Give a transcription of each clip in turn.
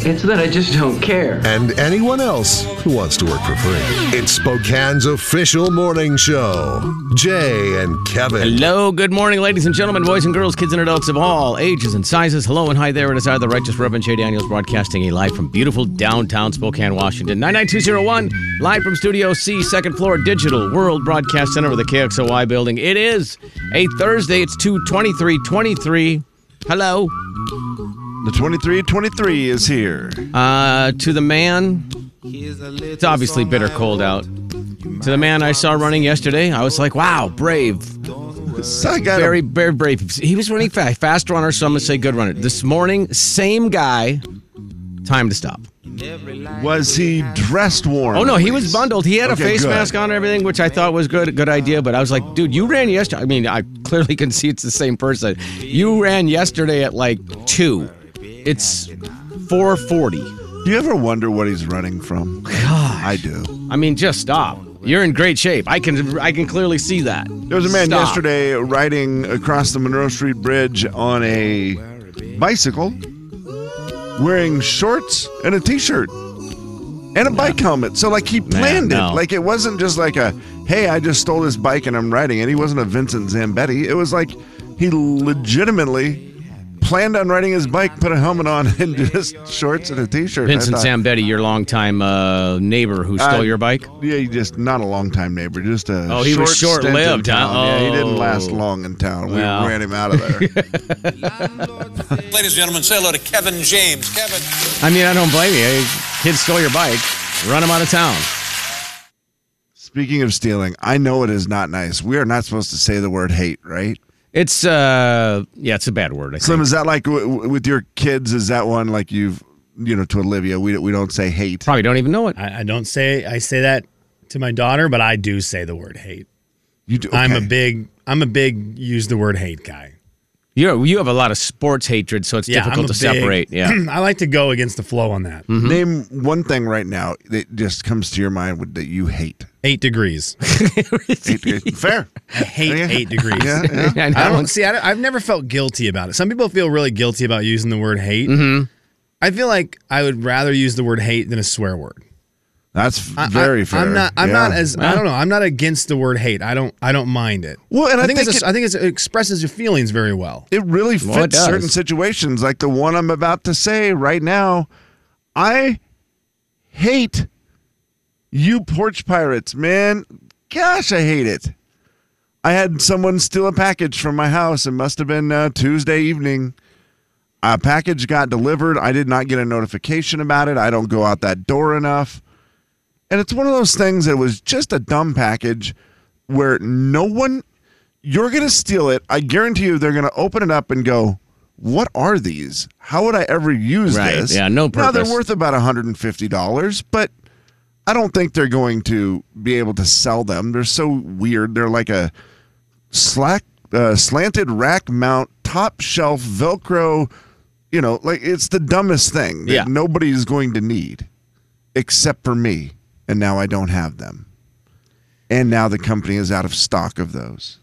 It's that I just don't care. and anyone else who wants to work for free. It's Spokane's official morning show. Jay and Kevin. Hello, good morning, ladies and gentlemen, boys and girls, kids and adults of all ages and sizes. Hello and hi there. It is I, the Righteous Reverend Jay Daniels, broadcasting a live from beautiful downtown Spokane, Washington. 99201, live from Studio C, second floor, Digital World Broadcast Center of the KXOY building. It is a Thursday. It's 22323. Hello The 2323 is here. uh, to the man. It's obviously bitter cold out. To the man I saw running yesterday, I was like, wow, brave, So I got very, a, very brave. He was running fast, fast runner. Some would say good runner. This morning, same guy. Time to stop. was he dressed warm? Oh no, at he was least? bundled. He had a Okay, face good. mask on and everything, which I thought was good, good idea. But I was like, dude, you ran yesterday. I mean, I clearly can see it's the same person. You ran yesterday at like two. It's four forty. Do you ever wonder what he's running from? I do. I mean, just stop. You're in great shape. I can I can clearly see that. There was a man Stop. yesterday riding across the Monroe Street Bridge on a bicycle, wearing shorts and a t-shirt and a bike helmet. So like he planned no. it. Like it wasn't just like a hey, I just stole this bike and I'm riding it. He wasn't a Vincent Zambetti. It was like he legitimately planned on riding his bike, put a helmet on, and just shorts and a t-shirt. I Vincent thought- Zambetti, your longtime uh, neighbor who stole Uh, your bike. Yeah, he just not a long time neighbor, just a Oh, he short was stint in short-lived, huh? town. Yeah, he didn't Oh. last long in town. We Well. ran him out of there. Ladies and gentlemen, say hello to Kevin James. Kevin. I mean, I don't blame you. Hey, Kids stole your bike, run them out of town. Speaking of stealing, I know it is not nice. We are not supposed to say the word hate, right? It's uh, yeah, it's a bad word. I think. Slim, is that like w- w- with your kids? Is that one like you've you know to Olivia? We we don't say hate. Probably don't even know it. I, I don't say I say that to my daughter, but I do say the word hate. You do, I'm a okay. big I'm a big use the word hate guy. You you have a lot of sports hatred, so it's Yeah, I'm difficult a to big- separate. Yeah, I like to go against the flow on that. Name one thing right now that just comes to your mind with- that you hate. Eight degrees. Hate- hate- Fair. I hate Yeah. eight degrees. Yeah, yeah. I I know. don't see. I don't, I've never felt guilty about it. Some people feel really guilty about using the word hate. Mm-hmm. I feel like I would rather use the word hate than a swear word. That's I- very I, fair. I'm not. I'm not Yeah. as. I don't know. I'm not against the word hate. I don't. I don't mind it. Well, and I think, think it's a- it- I think it's, it expresses your feelings very well. it really fits Well, it does. certain situations like the one i'm about to say right now i hate you porch pirates man gosh i hate it i had someone steal a package from my house it must have been uh, tuesday evening a package got delivered i did not get a notification about it i don't go out that door enough and it's one of those things that was just a dumb package where no one you're going to steal it. I guarantee you they're going to open it up and go, "What are these? How would I ever use Right, this?" yeah, no Now purpose. they're worth about $150, but I don't think they're going to be able to sell them. They're so weird. They're like a slack uh, slanted rack mount top shelf velcro, you know, like it's the dumbest thing that Yeah. nobody is going to need except for me. And now I don't have them. And now the company is out of stock of those.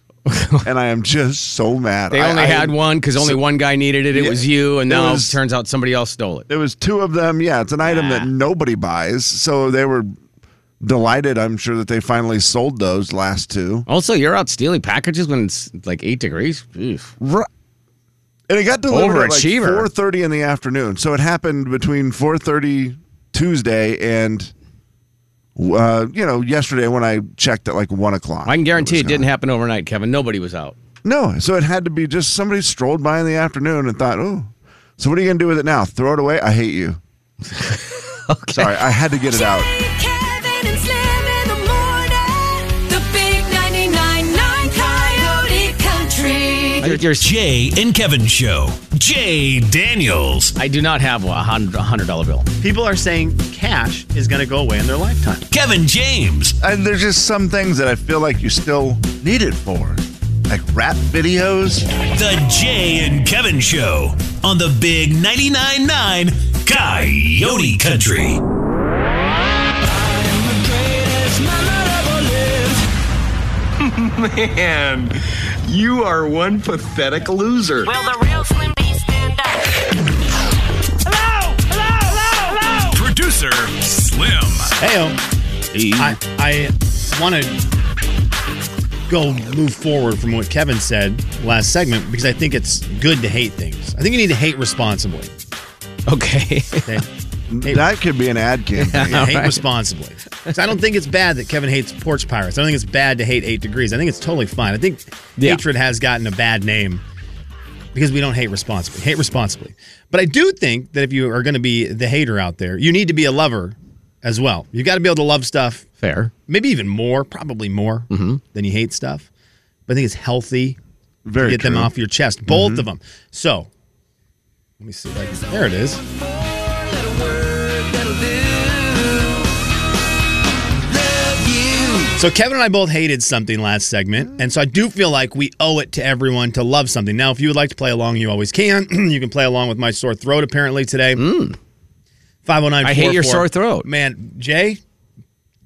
and I am just so mad. they I- only I- had one because only one guy needed it. It Yeah. was you, and It now was- it turns out somebody else stole it. There was two of them. Yeah, it's an item that nobody buys. So they were delighted, I'm sure, that they finally sold those last two. Also, you're out stealing packages when it's like eight degrees. Oof. Ru- And it got delivered at like Overachiever. 4:30 in the afternoon. So it happened between 4:30 Tuesday and uh, you know yesterday when I checked at like one o'clock. I can guarantee it was didn't happen overnight, Kevin. Nobody was out. No, so it had to be just somebody strolled by in the afternoon and thought, "Oh, so what are you gonna do with it now? Throw it away? I hate you." Sorry, I had to get it Jay, out. Kevin, and Slim in the morning. The big 99.9 Coyote Country. I you're, you're Jay and Kevin Show. Jay Daniels. I do not have a hundred hundred dollar bill. People are saying cash is going to go away in their lifetime. Kevin James. And there's just some things that I feel like you still need it for, like rap videos. The Jay and Kevin Show on the Big 99.9 9 Coyote Country. Man, you are one pathetic loser. Will the real Slim B stand up? Hello! Hello! Hello! Hello! Producer Slim. Hey, I, I want to go move forward from what Kevin said last segment because I think it's good to hate things. I think you need to hate responsibly. Okay. Okay? Hey. That could be an ad campaign. Yeah, hate responsibly. 'Cause I don't think it's bad that Kevin hates porch pirates. I don't think it's bad to hate eight degrees. I think it's totally fine. I think Yeah. hatred has gotten a bad name because we don't hate responsibly. Hate responsibly. But I do think that if you are going to be the hater out there, you need to be a lover as well. You got to be able to love stuff, Fair. maybe even more, probably more Mm-hmm. than you hate stuff. But I think it's healthy Very to get them true. Mm-hmm. off your chest, both of them. So let me see. if I can- there it is. So Kevin and I both hated something last segment, and so I do feel like we owe it to everyone to love something. Now, if you would like to play along, you always can. you can play along with my sore throat apparently today. Five oh nine. Mm. I hate your sore throat. man. Jay,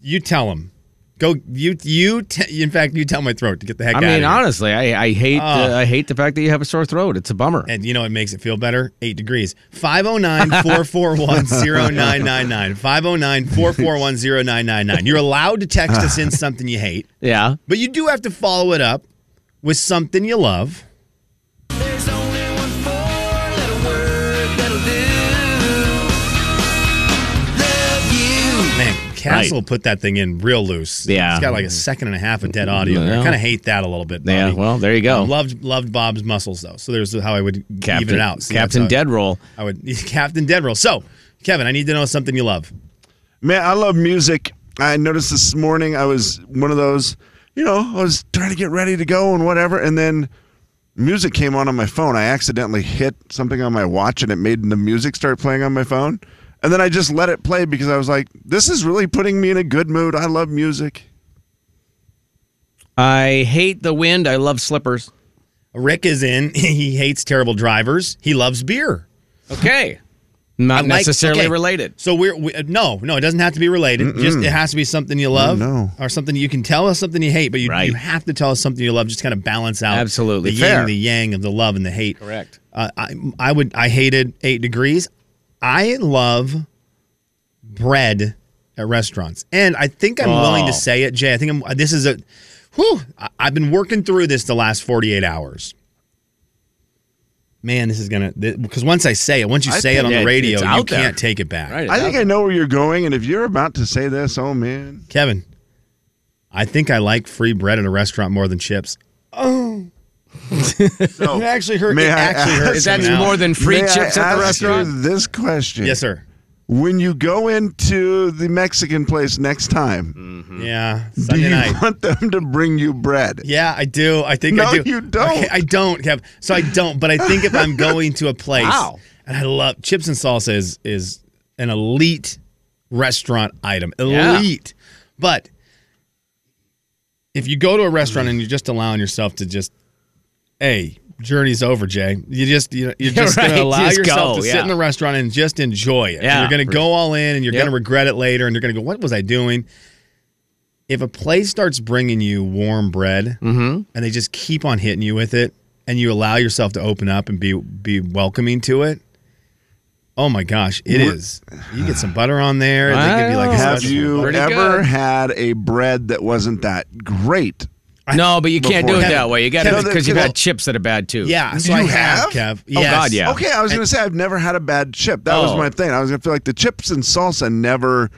you tell him. Go you you. T- in fact, you tell my throat to get the heck I out. of mean, here. Ah. honestly, I, I hate the, I hate the fact that you have a sore throat. It's a bummer. And you know what makes it feel better? Eight degrees. 509 441 0999. 509 441 0999. You're allowed to text us in something you hate, yeah. but you do have to follow it up with something you love. Man, Castle put that thing in real loose. Yeah. It's got like a second and a half of dead audio. there. I Well. kind of hate that a little bit. Bobby. Yeah. Well, there you go. Loved loved Bob's muscles though, so there's how I would even it out. See, that's Captain how- Dead Roll. I would Captain Dead Roll. So, Kevin, I need to know something you love. Man, I love music. I noticed this morning I was one of those, you know, I was trying to get ready to go and whatever, and then music came on on my phone. I accidentally hit something on my watch and it made the music start playing on my phone. And then I just let it play because I was like, this is really putting me in a good mood. I love music. I hate the wind. I love slippers. Rick is in. He hates terrible drivers. He loves beer. Okay. Not I like- necessarily okay. related. So we're we, uh, no, no. It doesn't have to be related. Just it has to be something you love, no. or something you can tell us something you hate. But you, Right. you have to tell us something you love. Just kind of balance out Absolutely. the Fair. yin, the yang of the love and the hate. Correct. Uh, I I would I hated eight degrees. I love bread at restaurants, and I think I'm willing to Oh. say it, Jay. I think I'm. This is a. Whew, I- I've been working through this the last 48 hours. Man, this is gonna because once I say it, once you I say it think on the it- radio, it's you out can't there. take it back. Right. I think I know where you're going. And if you're about to say this, oh man. Kevin, I think I like free bread at a restaurant more than chips. So, It actually hurt. Oh. May it I actually ask- hurts. Is that me now. more than free may I chips at ask the restaurant? You this question. Yes, sir. When you go into the Mexican place next time, Yeah. Do Mm. Sunday you night. want them to bring you bread? Yeah, I do. I think I No, do. you don't. Okay, I don't, Kev. So I don't. But I think if I'm going to a place, Wow. and I love chips and salsa is is an elite restaurant item. Yeah. Elite. But if you go to a restaurant and you're just allowing yourself to just, hey, journey's over, Jay. You just you know, you're Yeah, just right. gonna allow Just yourself go, to yeah. sit in the restaurant and just enjoy it. Yeah. You're gonna go all in and you're Yep. gonna regret it later and you're gonna go, what was I doing? if a place starts bringing you warm bread and they just keep on hitting you with it and you allow yourself to open up and be be welcoming to it oh my gosh it is. you get some butter on there they give you like a Wow. Have special- you Pretty ever good. had a bread that wasn't that great? no, but you can't do it Kevin- that way. You got to Kevin- because you Kevin- got chips that are bad too. yeah so You i have, have? kev yes. God, yeah. Okay, I was going to say I've never had a bad chip. That was Oh. my thing. I was going to feel like the chips and salsa never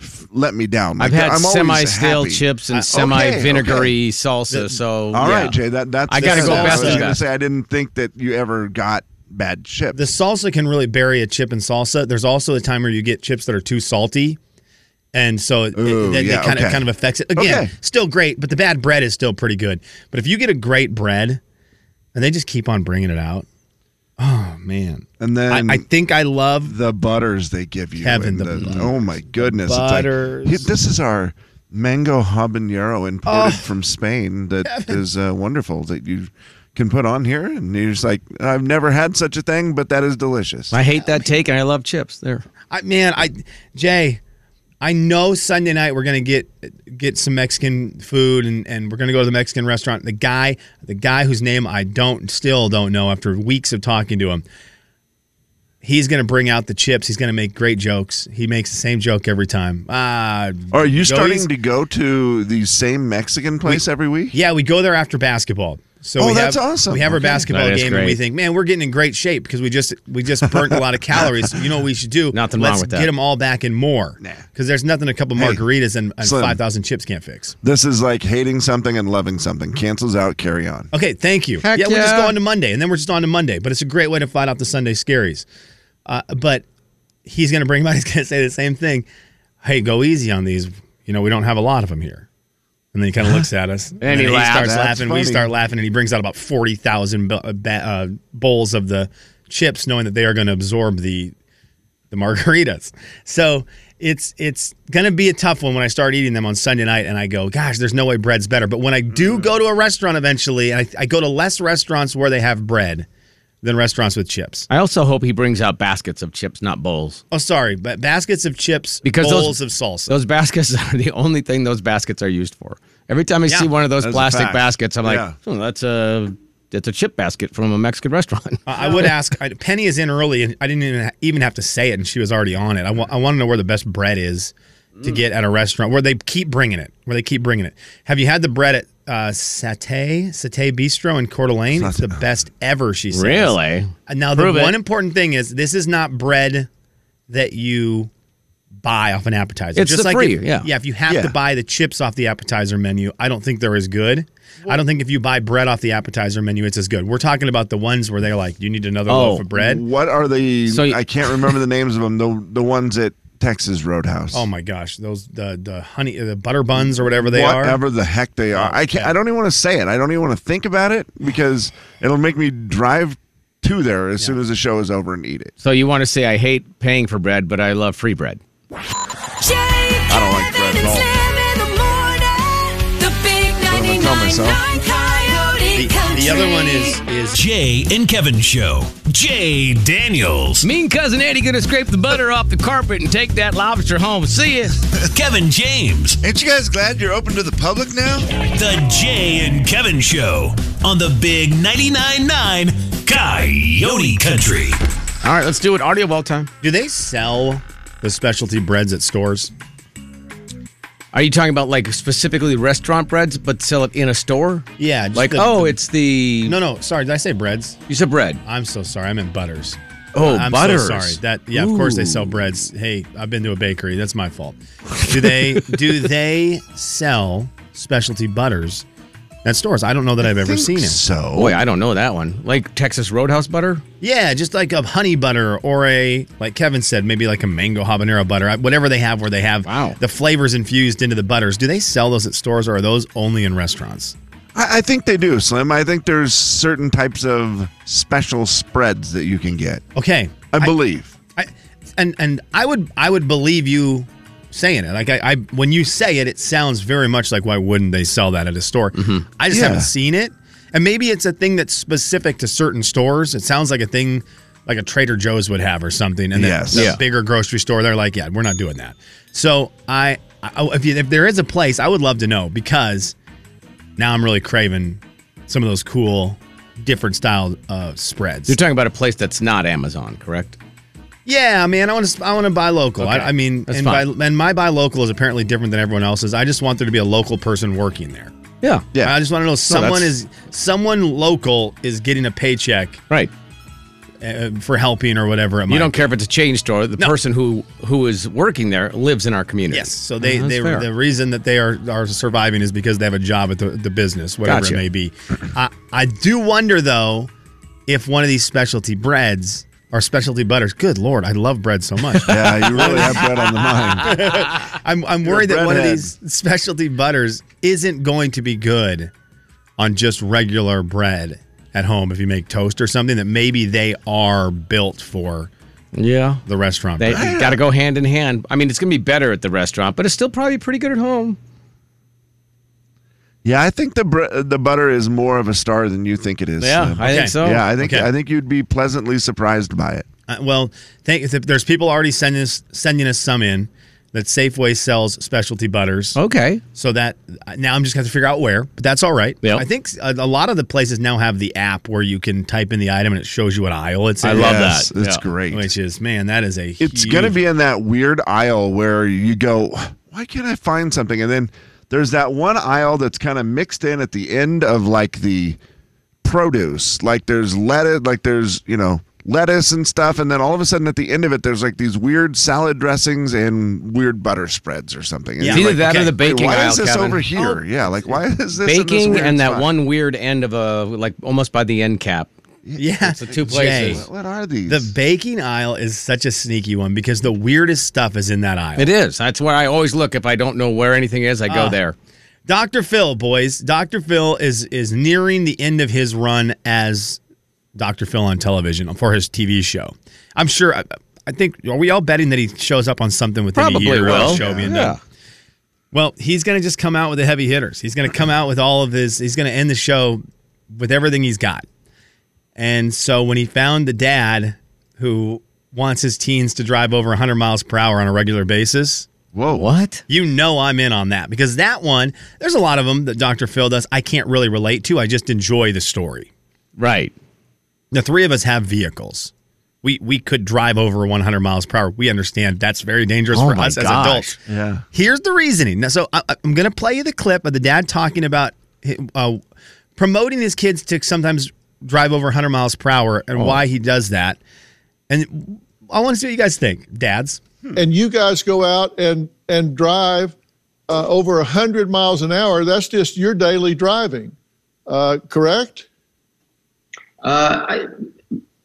f- let me down. Like, I've had I'm always semi-stale happy. chips Uh, and okay, semi-vinegary salsa. So All right, yeah. Jay, that that's I gotta that's go what back I to was going that. to say I didn't think that you ever got bad chips. the salsa can really bury a chip in salsa there's also a time where you get chips that are too salty and so it, Ooh, it, yeah, kind of okay. kind of affects it again Okay. still great but the bad bread is still pretty good but if you get a great bread and they just keep on bringing it out. Oh man, And then I, I think I love the butters they give you. Kevin, and the butters. oh my goodness, it's like, Butters. "Hey, this is our mango habanero Oh. imported from Spain that is uh, wonderful that you can put on here, and you're just like, I've never had such a thing, but that is delicious. I hate that take, and I love chips. There. I man, I Jay, I know Sunday night we're gonna get get some Mexican food and, and we're gonna go to the Mexican restaurant. The guy, the guy whose name I don't still don't know after weeks of talking to him, he's gonna bring out the chips. He's gonna make great jokes. He makes the same joke every time. Ah, Are you Joey's- starting to go to the same Mexican place every week? Yeah, we go there after basketball. So Oh, we that's have, awesome. We have our Okay. basketball That is game, and we great. think, man, we're getting in great shape because we just we just burnt a lot of calories. You know what we should do? Nothing Let's wrong with that. Get them all back and more. Nah. Because there's nothing a couple Hey, margaritas and, and Slim. five thousand chips can't fix. This is like hating something and loving something. Cancels out, carry on. Okay, thank you. Heck yeah, we're just yeah. going to Monday, and then we're just on to Monday. But it's a great way to fight off the Sunday scaries. Uh, but he's going to bring him out. He's going to say the same thing. Hey, go easy on these. You know, we don't have a lot of them here. And then he kind of looks at us, and, then he he laughs. starts That's laughing. funny. We start laughing, and he brings out about forty thousand uh, ba- uh, bowls of the chips, knowing that they are going to absorb the the margaritas. So it's it's gonna be a tough one when I start eating them on Sunday night, and I go, gosh, there's no way bread's better. But when I Mm. do go to a restaurant eventually, and I, I go to less restaurants where they have bread than restaurants with chips. I also hope he brings out baskets of chips, not bowls, Oh, sorry, but baskets of chips, because bowls those of salsa. Those baskets are the only thing those baskets are used for. Every time I Yeah, see one of those that's a plastic fact. baskets, I'm like, Yeah. oh, that's a that's a chip basket from a Mexican restaurant. I I would ask. I- Penny is in early, and I didn't even, even have to say it, and she was already on it. I want to know where the best bread is to get at a restaurant where they keep bringing it. Where they keep bringing it. Have you had the bread at uh, Satay Satay Bistro in Coeur d'Alene? It's the best ever. She says. really? And Uh, Now the Prove it. one important thing is this is not bread that you buy off an appetizer. It's the free, if, yeah. If you have Yeah. to buy the chips off the appetizer menu, I don't think they're as good. I don't think if you buy bread off the appetizer menu, it's as good. We're talking about the ones where they're like, you need another Oh. loaf of bread. What are the? So you- I can't remember the names of them. The the ones at Texas Roadhouse. Oh my gosh, those the the honey the butter buns or whatever they are. whatever the heck they are. I can't, I don't even want to say it. I don't even want to think about it because it'll make me drive to there as soon as the show is over and eat it. So you want to say I hate paying for bread, but I love free bread. I don't like bread at all. gonna tell myself. The, the other one is is Jay and Kevin Show. Jay Daniels. Mean cousin Eddie gonna scrape the butter off the carpet and take that lobster home. See ya. Kevin James. Aren't you guys glad you're open to the public now? The Jay and Kevin Show on the Big 99.9 9 Coyote Country. All right, let's do it. Audio ball time. do they sell the specialty breads at stores? Are you talking about like specifically restaurant breads, but sell it in a store? Yeah, just Like, the- oh, the- it's the No, no, sorry, did I say breads? you said bread. I'm so sorry. I meant butters. Oh, Uh, I'm butter. so sorry. That yeah, of course they sell breads. Hey, I've been to a bakery. That's my fault. Do they do they sell specialty butters at stores? I don't know that I have ever seen it. So Boy, I don't know that one. Like Texas Roadhouse butter? Yeah, just like a honey butter or a like Kevin said, maybe like a mango habanero butter, I- whatever they have where they have Wow. the flavors infused into the butters. Do they sell those at stores or are those only in restaurants? I, I think they do, Slim. I think there's certain types of special spreads that you can get. Okay, I, believe. I, and and I would I would believe you saying it. Like I, I when you say it, it sounds very much like why wouldn't they sell that at a store? I just Mm-hmm. Yeah. haven't seen it, and maybe it's a thing that's specific to certain stores. It sounds like a thing like a Trader Joe's would have or something, and then Yes. the Yeah. bigger grocery store they're like, yeah, we're not doing that. So I, I oh, if, you, if there is a place, I would love to know because now I'm really craving some of those cool. Different style uh, spreads. You're talking about a place that's not Amazon, correct? Yeah, man, I want to. I want to buy local. Okay. I, I mean, That's and, by, fine. and my buy local is apparently different than everyone else's. I just want there to be a local person working there. Yeah. I just want to know someone that's- is someone local is getting a paycheck Right. uh, for helping or whatever. It might You don't care if it's a chain store. The No. person who who is working there lives in our community. Yes. So they, Uh, that's they fair. the reason that they are are surviving is because they have a job at the, the business, whatever Gotcha. it may be. I I do wonder though if one of these specialty breads or specialty butters. Good lord, I love bread so much. Yeah, you really have bread on the mind. I'm, I'm You're a worried that one of breadhead. these specialty butters isn't going to be good on just regular bread. at home if you make toast or something that maybe they are built for Yeah. the restaurant. They got to go hand in hand. I mean, it's going to be better at the restaurant, but it's still probably pretty good at home. Yeah, I think the br- the butter is more of a star than you think it is. Slim. I Okay. think so. yeah, I think okay. I think you'd be pleasantly surprised by it. Uh, well, thank, if there's people already sending us, sending us some in that Safeway sells specialty butters. Okay. So that uh, now I'm just going to figure out where, but that's all right. Yep. I think uh, a, a lot of the places now have the app where you can type in the item and it shows you what aisle it's in. I love Yes, that. it's Yeah. great. Which is, man, that is a it's huge- going to be in that weird aisle where you go, why can't I find something? And then there's that one aisle that's kind of mixed in at the end of like the produce. Like there's lettuce, like there's, you know, lettuce and stuff. And then all of a sudden at the end of it, there's like these weird salad dressings and weird butter spreads or something. And Yeah. It's you're either like, that or okay, the "Wait, baking why aisle, is this Kevin. over here? yeah, like why is this in this Baking weird and that spot? one weird end of a like almost by the end cap. yeah, the two Jay, places. What are these? the baking aisle is such a sneaky one because the weirdest stuff is in that aisle. It is. That's where I always look. If I don't know where anything is, I Ah. go there. Dr. Phil, boys. Dr. Phil is is nearing the end of his run as Dr. Phil on television for his TV show. I'm sure. I, I think are we all betting that he shows up on something within Probably a year of will. the show being Yeah. done? Well, he's going to just come out with the heavy hitters. He's going to come out with all of his. He's going to end the show with everything he's got. And so when he found the dad who wants his teens to drive over 100 miles per hour on a regular basis, Whoa. What? you know I'm in on that because that one, there's a lot of them that Dr. Phil does I can't really relate to. I just enjoy the story. Right. The three of us have vehicles. We we could drive over 100 miles per hour. We understand that's very dangerous Oh for my us gosh. as adults. Yeah. Here's the reasoning. Now, so I, I'm going to play you the clip of the dad talking about uh, promoting his kids to sometimes drive over 100 miles per hour and Oh. why he does that. And I want to see what you guys think, dads. and you guys go out and and drive uh, over 100 miles an hour that's just your daily driving uh, correct Uh, I,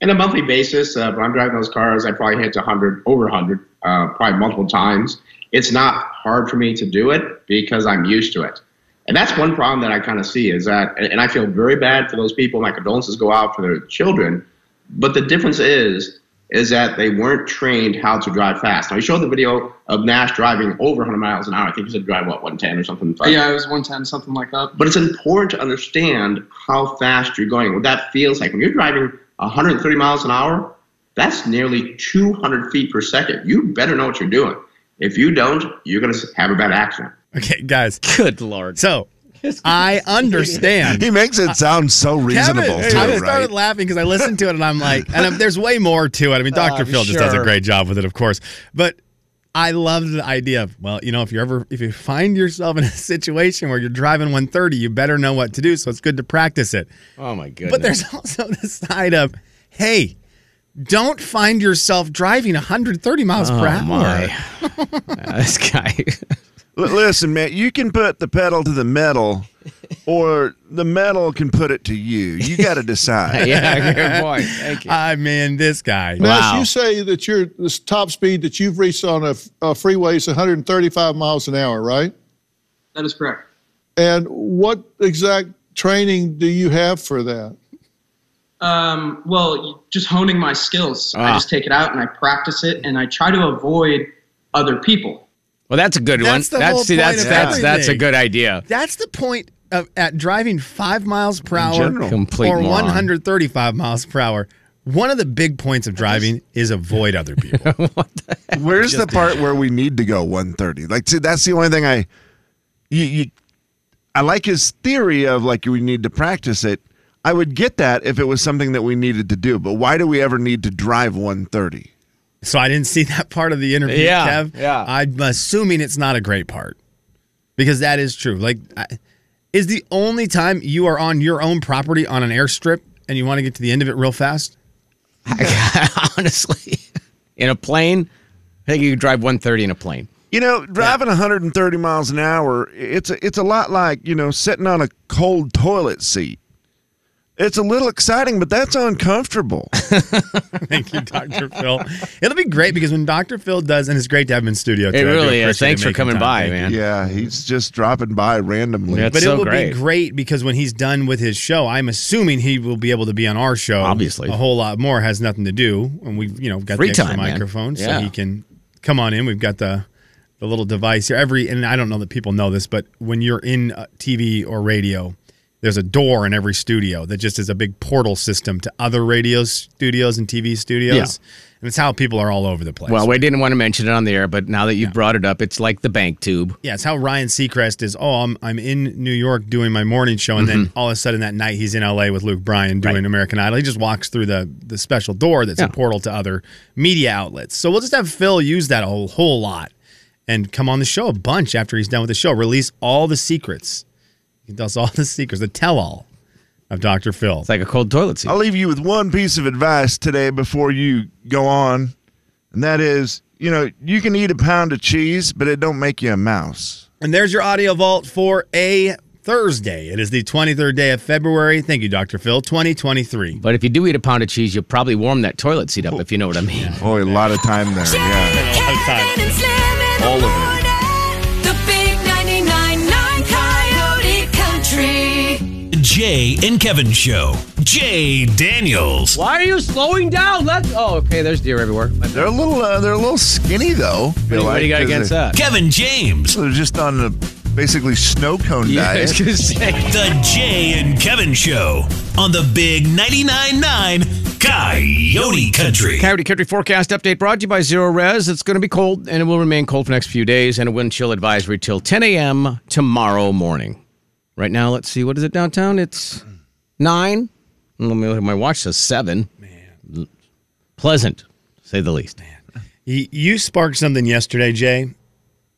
in a monthly basis, uh, when I'm driving those cars, I probably hit 100, over 100, uh, probably multiple times. It's not hard for me to do it because I'm used to it. And that's one problem that I kind of see is that, and and I feel very bad for those people. My condolences go out for their children. But the difference is, is that they weren't trained how to drive fast. Now, you showed the video of Nash driving over 100 miles an hour. I think he said drive, what, 110 or something? Yeah, it was 110, something like that. But it's important to understand how fast you're going, what that feels like. When you're driving 130 miles an hour, that's nearly 200 feet per second. You better know what you're doing. If you don't, you're going to have a bad accident. Okay, guys. Good lord. So I understand. He makes it sound so reasonable, Kevin, too, I right? started laughing because I listened to it and I'm like, and I'm, there's way more to it. I mean, Dr. I'm Phil just does Oh, a sure. great job with it, of course. But I love the idea of, well, you know, if you ever, if you find yourself in a situation where you're driving 130, you better know what to do. So it's good to practice it. Oh my goodness. But there's also the side of, hey, don't find yourself driving 130 miles per oh hour. my. this guy. L- Listen, man, you can put the pedal to the metal, or the metal can put it to you. You got to decide. yeah. Good point. Thank you. I mean, this guy. Now, if you say that your this top speed that you've reached on a, f- a freeway is 135 miles an hour right That is correct. and what exact training do you have for that Um, well, just honing my skills. I Ah. just take it out and I practice it and I try to avoid other people. Well, that's a good That's the one. That's whole see, point that's of that's that's a everything. good idea. That's the point of at driving five miles per hour general. Complete or moron. 135 miles per hour. One of the big points of driving is avoid other people. Where's the part where we need to go 130? Like, see, that's the only thing I, you, you, I like his theory of like we need to practice it. I would get that if it was something that we needed to do, but why do we ever need to drive 130? so I didn't see that part of the interview, Yeah, Kev. yeah. I'm assuming it's not a great part because that is true. Like, I, is the only time you are on your own property on an airstrip and you want to get to the end of it real fast? Honestly, in a plane, I think you could drive 130 in a plane. You know, driving 130 miles an hour, it's a, it's a lot like you know sitting on a cold toilet seat. It's a little exciting, but that's uncomfortable. Thank you, Dr. Phil. It'll be great because when Dr. Phil does, and it's great to have him in studio. Too. I do appreciate him making time. Thank you. Yeah, he's just dropping by randomly. but it will be great because when he's done with his show, I'm assuming he will be able to be on our show. Obviously, a whole lot more has nothing to do, and we've you know got Free the extra time, man. microphone, so Yeah. he can come on in. We've got the the little device here. Every and I don't know that people know this, but when you're in uh, TV or radio, there's a door in every studio that just is a big portal system to other radio studios and TV studios, and it's how people are all over the place. Well, we didn't want to mention it on the air, but now that you've brought it up, it's like the bank tube. Yeah, it's how Ryan Seacrest is. Oh, I'm I'm in New York doing my morning show, and then all of a sudden that night he's in L.A. with Luke Bryan doing American Idol. He just walks through the the special door that's a portal to other media outlets. So we'll just have Phil use that a whole, whole lot and come on the show a bunch after he's done with the show. Release all the secrets. He does all the secrets, the tell all of Dr. Phil. It's like a cold toilet Oh. seat. I'll leave you with one piece of advice today before you go on, and that is, you know, you can eat a pound of cheese, but it don't make you a mouse. And there's your audio vault for a Thursday. It is the 23rd day of February. Thank you, Dr. Phil. 2023. But if you do eat a pound of cheese, you'll probably warm that toilet seat up, if you know what I mean. Oh, a lot of time there. Yeah. All of it. The big 99.9 Coyote Country. Jay and Kevin Show. Jay Daniels. Why are you slowing down? Let's. Oh, okay. There's deer everywhere. They're a little. Uh, they're a little skinny though. What do you- what do you got against that? Kevin James. They're just on a basically snow cone Yeah, I was diet. gonna The Jay and Kevin Show on the Big 99.9 Coyote Country. Coyote Country forecast update brought to you by Zero Res. It's going to be cold, and it will remain cold for the next few days, and a wind chill advisory till 10 a.m. tomorrow morning. Right now, let's see. What is it downtown? It's nine. Let me look at my watch. Says seven. Man, pleasant, say the least. You, you sparked something yesterday, Jay,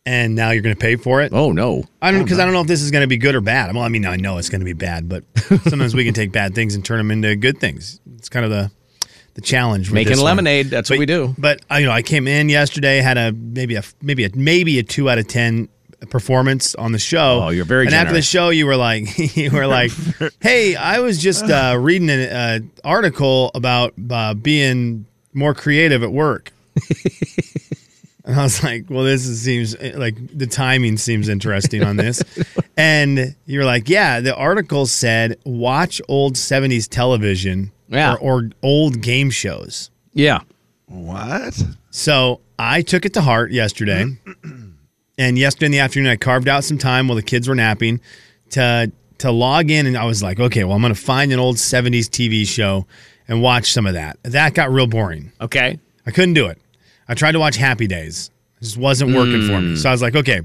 and now you're going to pay for it. Oh no! I don't because I don't know if this is going to be good or bad. Well, I mean, I know it's going to be bad, but sometimes we can take bad things and turn them into good things. It's kind of the the challenge. with Making this one. lemonade. That's what we do. But I, you know, I came in yesterday, had a maybe a maybe a maybe a two out of ten performance on the show. Oh, you're very And after the generous. show, you were like, you were like, hey, I was just uh, reading an uh, article about uh, being more creative at work. And I was like, well, this is, seems eh, like the timing seems interesting on this. and you're like, yeah, the article said watch old 70s television Yeah. or, or old game shows. Yeah. What? So I took it to heart yesterday. Mm-hmm. and yesterday in the afternoon, I carved out some time while the kids were napping to to log in. And I was like, okay, well, I'm going to find an old 70s TV show and watch some of that. That got real boring. Okay. I couldn't do it. I tried to watch Happy Days. It just wasn't working for me. Mm. So I was like, okay,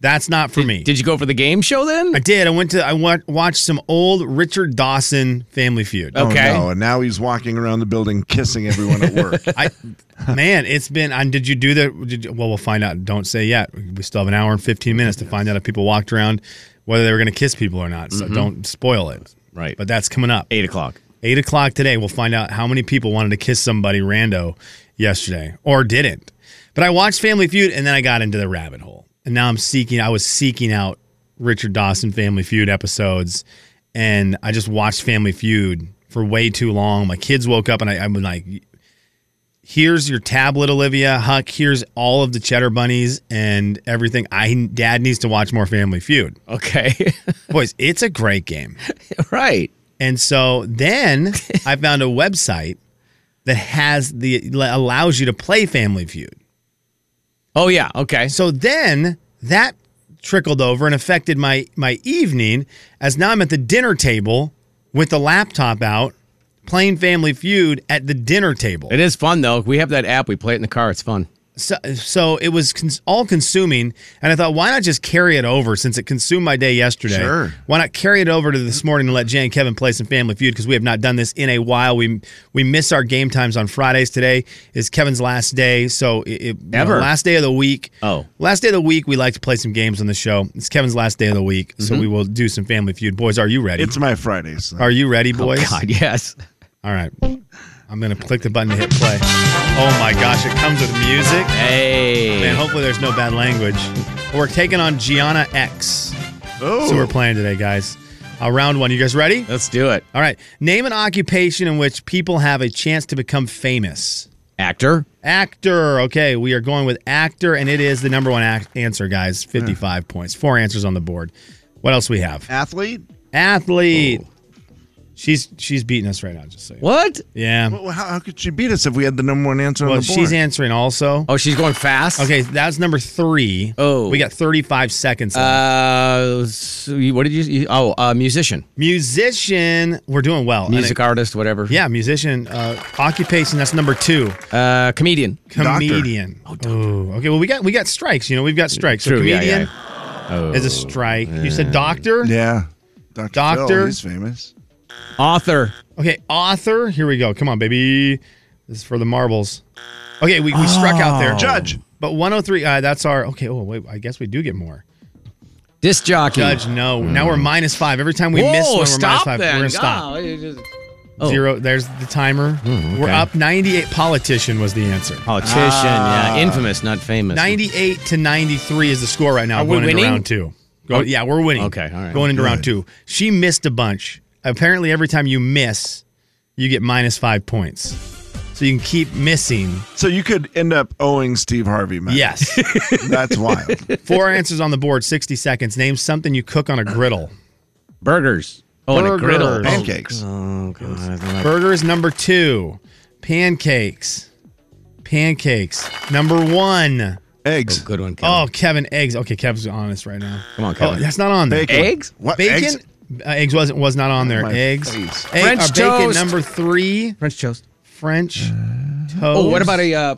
that's not for me. Did you go for the game show then? I did. I went to I wa- watched some old Richard Dawson Family Feud. Oh, no. And now he's walking around the building kissing everyone at work. I, man, it's been. And did you do the? Did you, well, we'll find out. Don't say yet. We still have an hour and fifteen minutes Mm-hmm. to find out if people walked around, whether they were going to kiss people or not. So Mhm. don't spoil it. Right. But that's coming up. Eight o'clock. Eight o'clock today. We'll find out how many people wanted to kiss somebody rando yesterday or didn't. But I watched Family Feud and then I got into the rabbit hole. And now I'm seeking. I was seeking out Richard Dawson Family Feud episodes, and I just watched Family Feud for way too long. My kids woke up and I, I'm like, here's your tablet, Olivia Huck. Here's all of the cheddar bunnies and everything. I dad needs to watch more Family Feud. Okay, boys, it's a great game, right? And so then I found a website that has the allows you to play Family Feud. Oh yeah, okay. So then that trickled over and affected my my evening as now I'm at the dinner table with the laptop out playing Family Feud at the dinner table. It is fun though. We have that app. We play it in the car. It's fun. so, so it was cons- all consuming and i thought why not just carry it over since it consumed my day yesterday Sure. why not carry it over to this morning and let jay and kevin play some family feud because we have not done this in a while we we miss our game times on fridays today is kevin's last day so it, it- you know, Ever. last day of the week Oh. last day of the week we like to play some games on the show it's kevin's last day of the week Mm-hmm. so Mhm. we will do some family feud boys are you ready It's my Fridays. are you ready boys Oh, god yes all right i'm gonna click the button to hit play oh my gosh it comes with music Hey. Man, hopefully there's no bad language. We're taking on Gianna X. Oh. So we're playing today, guys. A round one. You guys ready? Let's do it. All right. Name an occupation in which people have a chance to become famous. Actor. Actor. Okay, we are going with actor, and it is the number one act- answer, guys. Hmm. Fifty-five points. Four answers on the board. What else we have? Athlete? Athlete. Oh. She's she's beating us right now. Just so you know. What? Yeah. Well, how, how could she beat us if we had the number one answer Well, on the board? she's answering also. Oh, she's going fast. Okay, that's number three. Oh. we got thirty-five seconds. left. Uh, so you- what did you? you- Oh, uh, musician, musician. We're doing well. music And artist, whatever. it- yeah, musician. Uh, occupation. That's number two. Uh, comedian. Doctor. Comedian. Oh, okay. Well, we got we got strikes. You know, we've got strikes. so True, yeah, comedian is a strike. You said doctor. yeah. Dr. Doctor. Phil, he's famous. Author. Okay, author. Here we go. Come on, baby. This is for the marbles. Okay, we, we struck out there. Oh. Judge. But 103. Uh, that's our. Okay. Oh wait. I guess we do get more. Disc jockey. Judge. No. Now we're minus five. Every time we Whoa, miss one, we're minus stop five. then. We're gonna stop. God, you just- Oh. Zero. There's the timer. We're up 98. Politician was the answer. Politician. Ah. yeah. Infamous, not famous. 98 to 93 is the score right now. Are we going winning? Oh, into round two. Go, yeah, we're winning. Okay, all right. Going into round two. She missed a bunch. Apparently, every time you miss, you get minus five points. So you can keep missing. So you could end up owing Steve Harvey money. Yes. That's wild. Four answers on the board, 60 seconds. Name something you cook on a griddle. Burgers. Oh, and a griddle. Burgers. Pancakes. Oh, God. Burgers, number two. Pancakes. Pancakes. Number one. Eggs. Good one, Kevin. Oh, Kevin, eggs. Okay, Kevin's honest right now. Come on, Oh, Kevin. that's not on there. Bacon. Eggs? What? Bacon? Eggs? Eggs, uh, eggs wasn't was not on there. My eggs. face. Egg- French uh, bacon toast. number three. French toast. French toast. Oh, what about a uh,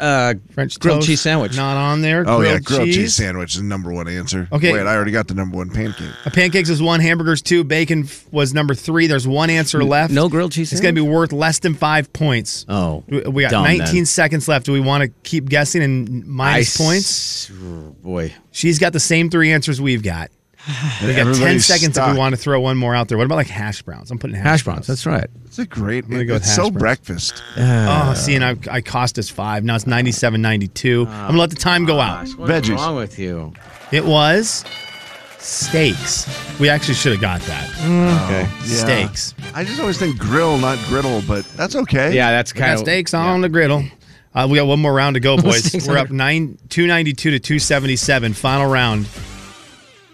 uh, French grilled toast? cheese sandwich? Not on there. Oh, yeah. Grilled cheese. sandwich is the number one answer. Okay. Wait, I already got the number one pancake. Uh, pancakes is one. Hamburgers two. Bacon f- was number three. There's one answer left. no grilled cheese It's gonna be worth less than five points. Oh, We- we got dumb 19 then. seconds left. Do we want to keep guessing and minus I points? s- Boy. She's got the same three answers we've got. We got ten Everybody's seconds if stuck. we want to throw one more out there. What about like hash browns? I'm putting hash, Hash browns. That's right. It's a great. gonna go with it's hash so browns. breakfast. Uh. Oh, see, and I, I cost us five. Now it's 97, 92. Oh, I'm going to let the time go out. What's Veggies. wrong with you? It was steaks. We actually should have got that. Mm. Uh, Okay. Yeah. Steaks. I just always think grill, not griddle, but that's okay. Yeah, that's We got kind of steaks on the griddle. Uh, we got one more round to go, boys. Steaks We're on up nine, 292 to 277. Final round.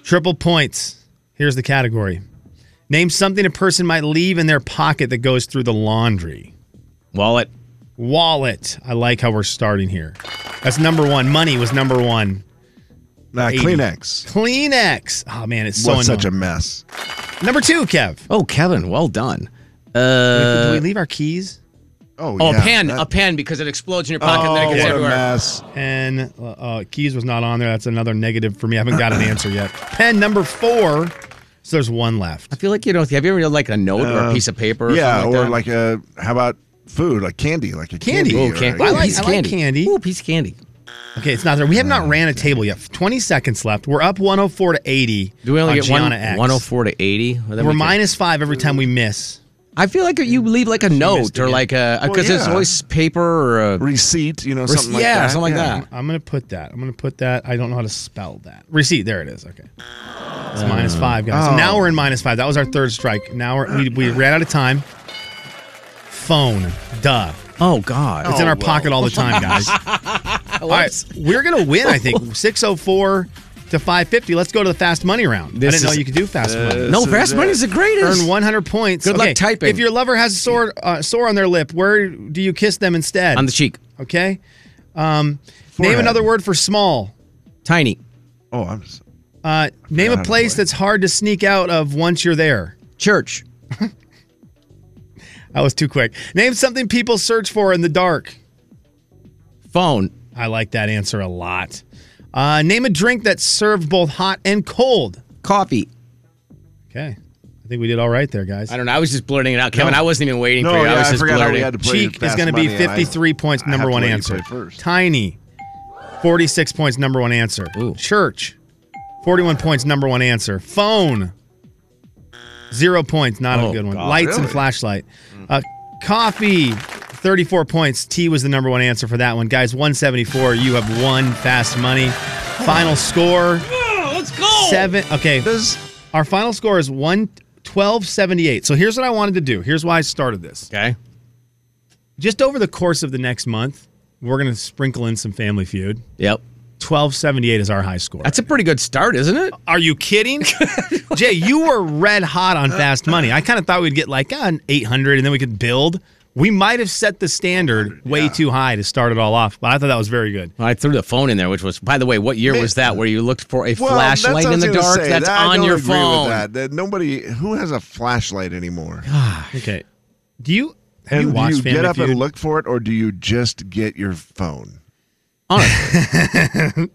Triple points. Here's the category. Name something a person might leave in their pocket that goes through the laundry. wallet. Wallet. I like how we're starting here. That's number one. Money was number one. Nah, 80. Kleenex. Kleenex. Oh man, it's so was such a annoying. mess. number two, Kev. Oh, Kevin, well done. Do Uh, we leave our keys? Oh, oh, yeah, a pen, uh, that- Oh, a pen, because it explodes in your pocket and then it what gets a everywhere. mess. Pen. Uh, uh, keys was not on there. That's another negative for me. I haven't got an answer yet. Pen number four. So there's one I left. feel like you know. Have you ever read like a note or a piece of paper? Or yeah, something or like like, a how about food, like candy, like a Candy. candy. Oh, or that? Candy. a- I Ooh, like- piece of I like candy. candy. Ooh, piece of candy. Okay, it's not there. We have not ran a table yet. 20 seconds left. We're up 104 to 80. Do we only on get one, Gianna X. 104 to 80? Well, then we We're can- minus five every time we miss. I feel like you leave like a note missed or again. like a Well, because there's yeah. always paper or a receipt, you know, Rece- something like yeah, that. something like that. I'm gonna put that. I'm gonna put that. I don't know how to spell that. Receipt. There it is. Okay. It's minus five, guys. Oh. Now we're in minus five. That was our third strike. Now we're, we we ran out of time. Phone. Duh. Oh God! It's in our pocket all the time, guys. all right, we're gonna win. I think 604 to 550. Let's go to the fast money round. This I didn't is- know you could do fast money. no, This fast is money it. is the greatest. Earn 100 points. Uh, Good luck typing. If your lover has a sore uh, sore on their lip, where do you kiss them instead? on the cheek. Okay. Um, name Forehead. another word for small. Tiny Oh, I'm s- Uh, name a how to place play. that's hard to sneak out of once you're there. church. That was too quick. Name something people search for in the dark. Phone. I like that answer a lot. Uh, name a drink that's served both hot and cold. Coffee. Okay. I think we did all right there, guys. I don't know. I was just blurting it out, Kevin. I wasn't even waiting no, for you. yeah, I I, was just forgot how we blurting. had to play. Cheek is fast going to money, be and I- 53 points, I number have to one let you answer. play first. Tiny, 46 points, number one answer. Ooh. Church, 41 points, number one answer. Phone, zero points, not Oh, a good one. God, Lights and really? flashlight. Uh, coffee, 34 points. T was the number one answer for that one. Guys, 174. You have won fast money. Final score, Let's go. seven. Okay. Does Our final score is one twelve seventy eight. So here's what I wanted to do. Here's why I started this. Okay. Just over the course of the next month, we're going to sprinkle in some Family Feud. Yep. Twelve seventy eight is our high score. That's a pretty good start, isn't it? Are you kidding? Jay, you were red hot on fast money. I kind of thought we'd get like ah, an 800 and then we could build. We might have set the standard way too high to start it all off, but I thought that was very good. I threw the phone in there, which was, by the way, what year was that where you looked for a Well, that's what flashlight I in was the gonna dark? say. That's That- I on don't your agree with phone. that. That nobody who has a flashlight anymore. Okay. Do you have and you do watched you Family get up Feud? and look for it, or do you just get your phone? Honestly.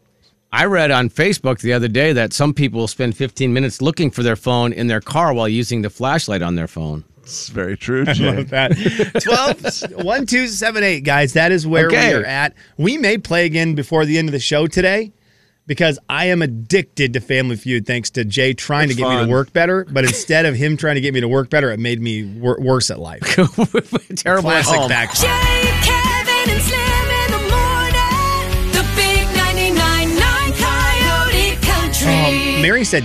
I read on Facebook the other day that some people spend 15 minutes looking for their phone in their car while using the flashlight on their phone. It's very true. I love that. 12, 1, 2, 7, 8, guys. That is where Okay. we are at. We may play again before the end of the show today because I am addicted to Family Feud thanks to Jay trying It's to get me fun. to work better. But instead of him trying to get me to work better, it made me wor- worse at life. Terrible at Classic home. back. Jay, Kevin, and Slim in the morning. The big 99.9 Coyote Country. Oh, Mary said